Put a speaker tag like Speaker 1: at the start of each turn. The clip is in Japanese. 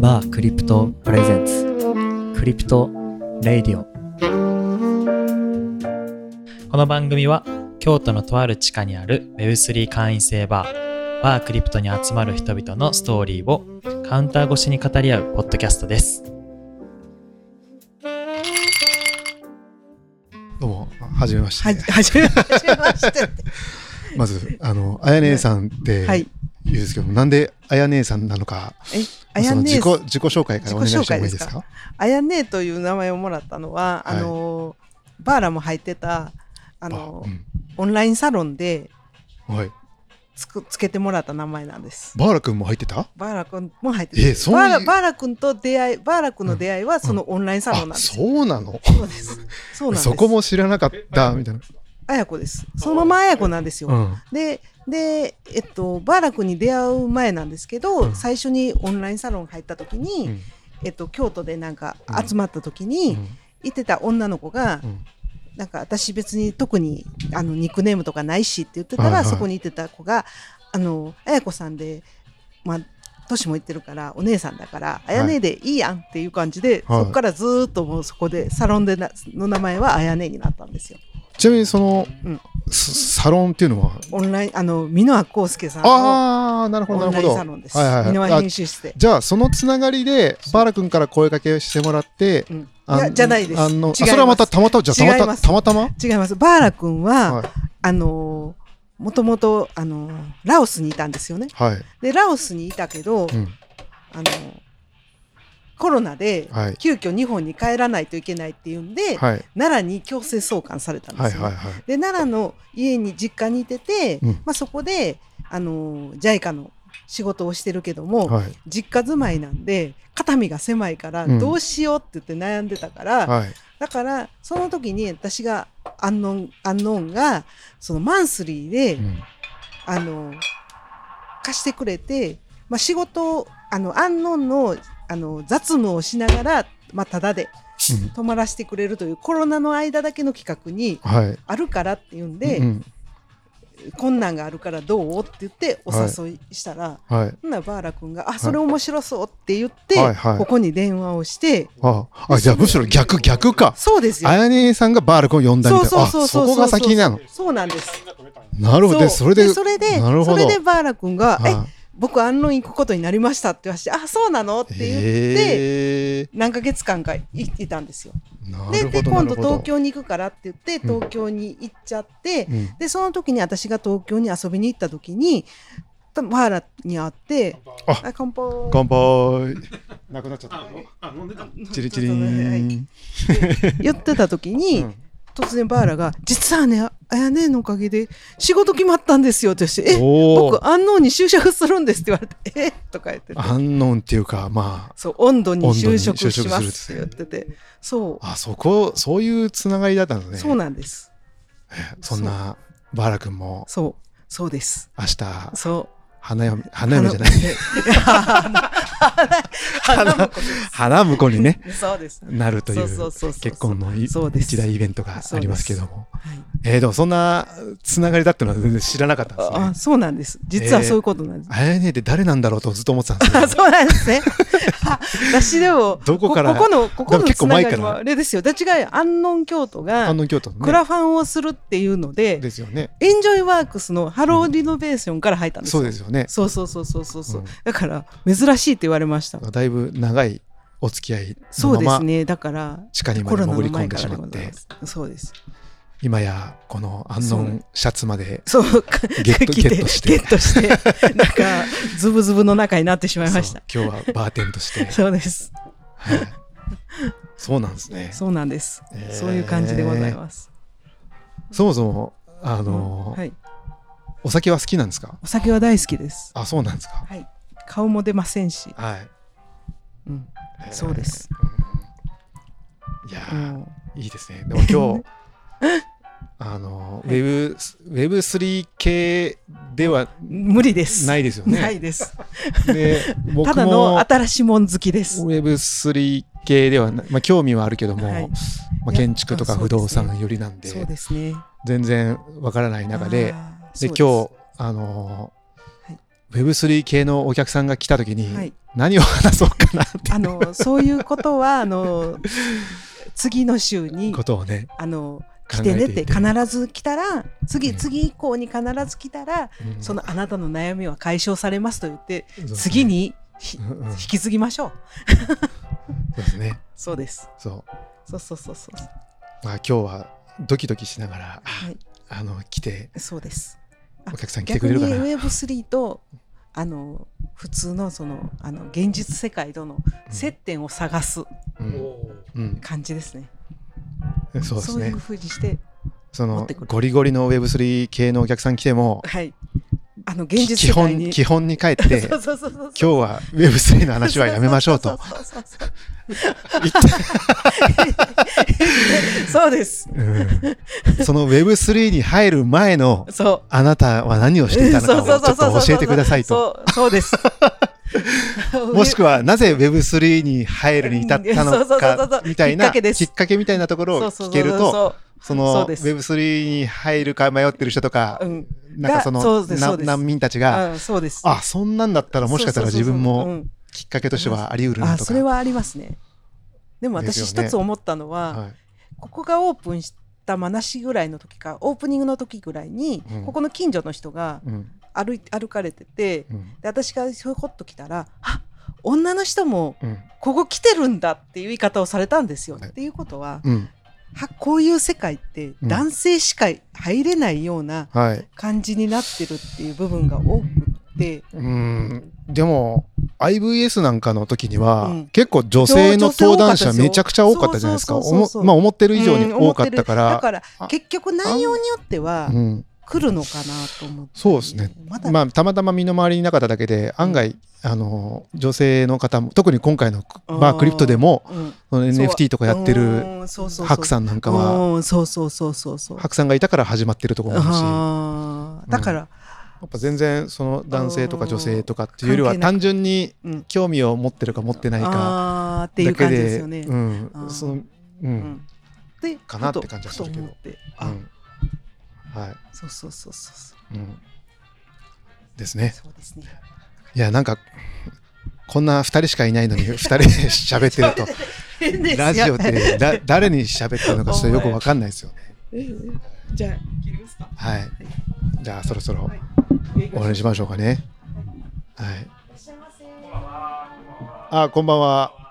Speaker 1: バークリプトプレゼンツクリプトレイディオ
Speaker 2: この番組は京都のとある地下にある Web3 会員制バーバークリプトに集まる人々のストーリーをカウンター越しに語り合うポッドキャストです
Speaker 3: どうも、はじめまして。
Speaker 4: はじ、はじめ、はじめましてって。
Speaker 3: まず、あの、あや姉さんって
Speaker 4: はい。
Speaker 3: 言うんですけど、なんであや姉さんなのか、
Speaker 4: え、あや
Speaker 3: その
Speaker 4: ね
Speaker 3: 自
Speaker 4: え
Speaker 3: 己、自己紹介からお願いしてもいいですか
Speaker 4: あやねえという名前をもらったのは、あのー、バーラも入ってた、あのー、オンラインサロンで
Speaker 3: あうんはい。
Speaker 4: つく、つけてもらった名前なんです。
Speaker 3: バーラ君も入ってた
Speaker 4: バーラ君も入って
Speaker 3: え、
Speaker 4: た。
Speaker 3: そう
Speaker 4: バー
Speaker 3: な
Speaker 4: ラ、バーラ君と出会い、バーラ君の出会いはそのオンラインサロンなん
Speaker 3: あ、
Speaker 4: です。
Speaker 3: そうなの
Speaker 4: そうです。そうなんです。
Speaker 3: そこも知らなかった、みたいな。
Speaker 4: あやこです。そのままあやこなんですよ。
Speaker 3: うん。
Speaker 4: でで、えっと、バーラクに出会う前なんですけど、
Speaker 3: うん
Speaker 4: 最初にオンラインサロン入った時に、
Speaker 3: うん
Speaker 4: えっと、京都でなんか
Speaker 3: うん
Speaker 4: 集まった時に、いてた女の子が、
Speaker 3: うん
Speaker 4: なんか私別に特にあのニックネームとかないしって言ってたら、
Speaker 3: はいはい
Speaker 4: そこにいてた子があの綾子さんでまあ年もいってるからお姉さんだからあやねでいいやんっていう感じで、
Speaker 3: はい
Speaker 4: そこからずーっともうそこでサロンでなの名前はあやねになったんですよ。
Speaker 3: ちなみに、その
Speaker 4: うん、
Speaker 3: ササロンっていうのは、
Speaker 4: オンラインあの箕輪康介さんの
Speaker 3: ああ、なるほ
Speaker 4: オ
Speaker 3: ど、
Speaker 4: ン
Speaker 3: な
Speaker 4: ラ
Speaker 3: る
Speaker 4: イン
Speaker 3: ほ
Speaker 4: サロンです。
Speaker 3: ど。はい
Speaker 4: 箕
Speaker 3: はい。
Speaker 4: 輪
Speaker 3: あ
Speaker 4: 編集室で。
Speaker 3: じゃあ、そのつながりで、バーラ君から声かけしてもらって、
Speaker 4: うん、い
Speaker 3: あ
Speaker 4: やじゃないです。
Speaker 3: あ
Speaker 4: 違い
Speaker 3: の
Speaker 4: ま
Speaker 3: あ
Speaker 4: す
Speaker 3: それはまたたまたま、じゃあ
Speaker 4: 違い
Speaker 3: たま
Speaker 4: ま
Speaker 3: た
Speaker 4: す
Speaker 3: たまたま
Speaker 4: 違います。バーラ君は、
Speaker 3: はい
Speaker 4: あのーもともとあのーラオスにいたんですよね。
Speaker 3: はい。
Speaker 4: でラオスにいたけど、
Speaker 3: うん。
Speaker 4: あのーコロナで
Speaker 3: はい。
Speaker 4: 急遽日本に帰らないといけないっていうんで、
Speaker 3: はい。
Speaker 4: 奈良に強制送還されたん
Speaker 3: は
Speaker 4: で
Speaker 3: い
Speaker 4: すよ。
Speaker 3: はいはい。
Speaker 4: で奈良の家に実家にいてて、
Speaker 3: うん
Speaker 4: まあそこであのー JICA の仕事をしてるけども、
Speaker 3: はい。
Speaker 4: 実家住まいなんで肩身が狭いから
Speaker 3: うん
Speaker 4: どうしようって言って悩んでたから、
Speaker 3: はい。
Speaker 4: だからその時に私がアンノンアンノーンがそのマンスリーで、
Speaker 3: うん
Speaker 4: あの貸してくれて、まあ、仕事をあのアンノンのあの雑務をしながら、まあ、ただで
Speaker 3: うん
Speaker 4: 泊まらせてくれるというコロナの間だけの企画に
Speaker 3: はい。
Speaker 4: あるからっていうんで、
Speaker 3: うん
Speaker 4: 困難があるからどうって言ってお誘いしたら、
Speaker 3: はい。
Speaker 4: ほんならバーラ君が「あそれ面白そう」って言って、
Speaker 3: はいはい
Speaker 4: ここに電話をして
Speaker 3: あ、あ、じゃあむしろ逆、逆か。
Speaker 4: そうですよ
Speaker 3: あやねさんがバール君を呼んだみたいな。あ、そこが先なの。
Speaker 4: そうなんです
Speaker 3: なるほど。で、それで、
Speaker 4: それで
Speaker 3: なるほ
Speaker 4: そ
Speaker 3: ど。
Speaker 4: れでバーラ君が「え
Speaker 3: は
Speaker 4: 僕アンロイン行くことになりました」って言わして「あそうなの?」って
Speaker 3: い
Speaker 4: 言って
Speaker 3: へえ
Speaker 4: 何ヶ月間か行ってたんですよ。
Speaker 3: なるほ
Speaker 4: で
Speaker 3: ど
Speaker 4: で今度東。
Speaker 3: なる
Speaker 4: 京に行くからって言って
Speaker 3: うん
Speaker 4: 東京に行っちゃって、
Speaker 3: ほどうん
Speaker 4: でその時に私が東京に遊びに行った時にバーラに会って「
Speaker 3: あ
Speaker 4: あ乾杯」
Speaker 3: 乾杯。なくなっちゃった。チリチリ
Speaker 4: はい
Speaker 3: ン。
Speaker 4: 言ってた時に、
Speaker 3: うん
Speaker 4: 突然バーラが「実はねああやねえのおかげで仕事決まったんですよ」って言って「え
Speaker 3: おお
Speaker 4: 僕。安納に就職するんです」って言われて「えとか言ってて
Speaker 3: アンノンっていうか、ま
Speaker 4: そう温度に
Speaker 3: 温度に
Speaker 4: 就職
Speaker 3: 就職
Speaker 4: します
Speaker 3: す
Speaker 4: っ
Speaker 3: る
Speaker 4: て言っててそう
Speaker 3: あ、あそこ、そういうつながりだったのね。
Speaker 4: そうなんです
Speaker 3: そんな、バーラ君も
Speaker 4: そうそうです
Speaker 3: 明日、
Speaker 4: そう
Speaker 3: 花嫁、花嫁じゃない。
Speaker 4: 花婿
Speaker 3: 花婿に ね、
Speaker 4: ですそうです
Speaker 3: なるという
Speaker 4: そうそうそうそう
Speaker 3: 結婚のい
Speaker 4: そうです
Speaker 3: 一大イベントがありますけども。
Speaker 4: はい
Speaker 3: えー、でもそんなつながりだってのは全然知らなかったんですね
Speaker 4: あ。そうなんです実はそういうことなんです
Speaker 3: あやねって誰なんだろうとずっと思ってたんですけ
Speaker 4: あ
Speaker 3: ど。
Speaker 4: そうなんですね。あ私でも、
Speaker 3: どこから
Speaker 4: ここの、ここ
Speaker 3: でも
Speaker 4: の
Speaker 3: 結
Speaker 4: つ
Speaker 3: 構
Speaker 4: な
Speaker 3: 前
Speaker 4: が
Speaker 3: か
Speaker 4: り
Speaker 3: ら
Speaker 4: は、あれですよ。だちが、安納京都が
Speaker 3: あ、の京都のね。
Speaker 4: クラファンをするっていうので、
Speaker 3: ですよね。
Speaker 4: エンジョイワークスのハローリノベーションから入ったんです
Speaker 3: そ
Speaker 4: よ。
Speaker 3: うですよね。
Speaker 4: そうそうそうそうそうそう、
Speaker 3: うん
Speaker 4: だから、珍しいって言われました。
Speaker 3: だいぶ長いお付き合い
Speaker 4: そ
Speaker 3: の
Speaker 4: うで
Speaker 3: ますま
Speaker 4: ね。だから、
Speaker 3: 地下にま
Speaker 4: コ
Speaker 3: で
Speaker 4: ロナ
Speaker 3: 潜り
Speaker 4: の
Speaker 3: 込
Speaker 4: 前
Speaker 3: んで
Speaker 4: か
Speaker 3: し
Speaker 4: らで
Speaker 3: ま
Speaker 4: ご
Speaker 3: っ
Speaker 4: ざい
Speaker 3: て
Speaker 4: ま、す。そうです。
Speaker 3: 今やこの安納シャツまで。
Speaker 4: そう、か
Speaker 3: ゲット
Speaker 4: 来て
Speaker 3: ゲットして
Speaker 4: ゲットして、なんか、ズブズブの中になってしまい
Speaker 3: そ
Speaker 4: ま
Speaker 3: う
Speaker 4: した。
Speaker 3: 今日はバーテンとして。
Speaker 4: そうです。
Speaker 3: はいそうなんですね。
Speaker 4: そうなんです、
Speaker 3: へー
Speaker 4: そういう感じでございます。
Speaker 3: そもそも、あのー
Speaker 4: はい。
Speaker 3: お酒は好きなんですか
Speaker 4: お酒は大好きです。
Speaker 3: あ、そうなんですか。
Speaker 4: はい。顔も出ませんし、
Speaker 3: はい。
Speaker 4: うん、そうです。
Speaker 3: いやー、
Speaker 4: も
Speaker 3: いいですね。でも今日 あの、
Speaker 4: は
Speaker 3: ウ
Speaker 4: い
Speaker 3: ェブスウェブ3系では
Speaker 4: う無理です。
Speaker 3: ないいですよね。
Speaker 4: ないです。
Speaker 3: で僕
Speaker 4: ただ
Speaker 3: も
Speaker 4: の
Speaker 3: ウ
Speaker 4: 新しいもん好きです。
Speaker 3: ェブ3系ではない、まあ、興味はあるけども、
Speaker 4: はい
Speaker 3: まあ、建築とか
Speaker 4: いや
Speaker 3: 不動産寄りなんで
Speaker 4: そうですね。
Speaker 3: 全然わからない中で
Speaker 4: あー
Speaker 3: で
Speaker 4: そう
Speaker 3: 今日あのー
Speaker 4: はい
Speaker 3: Web3 系のお客さんが来た時
Speaker 4: は
Speaker 3: に
Speaker 4: い、
Speaker 3: 何を話そうかなって
Speaker 4: あのそういうことはあの 次の週に
Speaker 3: ことをね、
Speaker 4: あの
Speaker 3: 考
Speaker 4: 来
Speaker 3: え
Speaker 4: て
Speaker 3: て
Speaker 4: ね
Speaker 3: い
Speaker 4: ってて必ず来たら次次以降に必ず来たら
Speaker 3: うん
Speaker 4: そのあなたの悩みは解消されますと言って
Speaker 3: そうですね
Speaker 4: 次にひ
Speaker 3: うんうん
Speaker 4: 引き継ぎましょう
Speaker 3: そうですね
Speaker 4: そうです
Speaker 3: そう
Speaker 4: そうそうそうそうは
Speaker 3: まあ今日はドキドキしながら、
Speaker 4: い
Speaker 3: あの来て
Speaker 4: そうですあ
Speaker 3: お客さん来てくれ
Speaker 4: 逆に
Speaker 3: るかな
Speaker 4: Web3 とあの普通のそのあの現実世界との接点を探す
Speaker 3: うんうん
Speaker 4: 感じですね。
Speaker 3: うんそうです
Speaker 4: そうい
Speaker 3: ね
Speaker 4: うふうにして、
Speaker 3: そ
Speaker 4: 持
Speaker 3: の
Speaker 4: ってくる
Speaker 3: ゴリゴリの Web3 系のお客さん来ても
Speaker 4: はい、あの現
Speaker 3: き
Speaker 4: 実
Speaker 3: 基
Speaker 4: 世界
Speaker 3: 本
Speaker 4: に
Speaker 3: 基本に帰って
Speaker 4: そうそうそうそう
Speaker 3: 今日は Web3 の話はやめましょうと
Speaker 4: そうそうそうそ
Speaker 3: 言
Speaker 4: う
Speaker 3: って
Speaker 4: そうです。
Speaker 3: うんその Web3 に入る前の
Speaker 4: そう。
Speaker 3: あなたは何をしていたのかをちょっと教えてくださいと。
Speaker 4: そうそうです。
Speaker 3: もしく
Speaker 4: は
Speaker 3: はなぜ Web3 に入るに至った
Speaker 4: うん
Speaker 3: の
Speaker 4: そうそうそうそ
Speaker 3: か
Speaker 4: う
Speaker 3: みたい
Speaker 4: きっ
Speaker 3: な
Speaker 4: かけです
Speaker 3: きっかけみたいなところを聞けるとその Web3 に入るか迷ってる人とか
Speaker 4: うん、
Speaker 3: なんかそ
Speaker 4: がそ
Speaker 3: の
Speaker 4: うです
Speaker 3: な
Speaker 4: そうです
Speaker 3: 難民たちが
Speaker 4: うんそうです。
Speaker 3: あそんなんだったらもしかしたら自分
Speaker 4: そうそう
Speaker 3: も
Speaker 4: そう
Speaker 3: きっかけとしてはあり得
Speaker 4: そう
Speaker 3: る
Speaker 4: うん、
Speaker 3: な
Speaker 4: あ
Speaker 3: と
Speaker 4: それ
Speaker 3: か。
Speaker 4: はありますね。でも私
Speaker 3: ですよね
Speaker 4: 一つ思ったのは、
Speaker 3: はい
Speaker 4: ここがオープンしたまなしぐらいの時かオープニングの時ぐらいに、
Speaker 3: うん
Speaker 4: ここの近所の人が
Speaker 3: うん
Speaker 4: 歩い歩かれてて
Speaker 3: うん
Speaker 4: で私がひょこっと来たら「あ女の人も
Speaker 3: うん
Speaker 4: ここ来てるんだ」っていう言い方をされたんですよ。
Speaker 3: はい
Speaker 4: っていうことは
Speaker 3: うん
Speaker 4: はこういう世界って
Speaker 3: うん
Speaker 4: 男性しか入れないような
Speaker 3: はい
Speaker 4: 感じになってるっていう部分が多くって
Speaker 3: うんでも IVS なんかの時には、
Speaker 4: うん
Speaker 3: 結構女性の登壇者
Speaker 4: そう
Speaker 3: めちゃくちゃ多かったじゃないですか
Speaker 4: そうそうそうそう
Speaker 3: おもまあ思ってる以上
Speaker 4: う
Speaker 3: に
Speaker 4: ん思
Speaker 3: 多
Speaker 4: て
Speaker 3: かっ
Speaker 4: る
Speaker 3: たから
Speaker 4: だ、から
Speaker 3: あ
Speaker 4: 結局内容によっては
Speaker 3: うん、
Speaker 4: 来るのかなと思って
Speaker 3: そうですね
Speaker 4: まだ、
Speaker 3: まあたまたま身の回りになかっただけで案外、あの女性の方も特に今回の
Speaker 4: うん
Speaker 3: バークリプトでも
Speaker 4: うん
Speaker 3: その
Speaker 4: そう
Speaker 3: NFT とかやってる
Speaker 4: うんそうそうそう
Speaker 3: ハクさんなんかは
Speaker 4: うんそうそうそうそうそう
Speaker 3: ハクさんがいたから始まってるところもあるしや
Speaker 4: あーだから、
Speaker 3: っぱ全然その男性とか女性とかっていうより
Speaker 4: 関
Speaker 3: は
Speaker 4: 係なく
Speaker 3: 単純に
Speaker 4: うん、
Speaker 3: 興味を持ってるか持ってないか
Speaker 4: あーってい
Speaker 3: だ
Speaker 4: う
Speaker 3: け
Speaker 4: 感じです
Speaker 3: で
Speaker 4: よね。
Speaker 3: うん
Speaker 4: あー
Speaker 3: そのうん
Speaker 4: うんで
Speaker 3: かなって
Speaker 4: ふと
Speaker 3: 感じはするけど
Speaker 4: ふと思って
Speaker 3: う
Speaker 4: あ、
Speaker 3: んはい
Speaker 4: そうそうそうそうそう
Speaker 3: うんですね
Speaker 4: そうですね。
Speaker 3: いやなんかこんな2人しかいないのに2人で喋ってる と
Speaker 4: 変ですよ
Speaker 3: ラジオってだ誰に喋ってるのかちょっとよくわかんないですよね。
Speaker 4: じゃあ
Speaker 3: はい。じゃあそろそろお話ししましょうかね。はい。あこんばんは。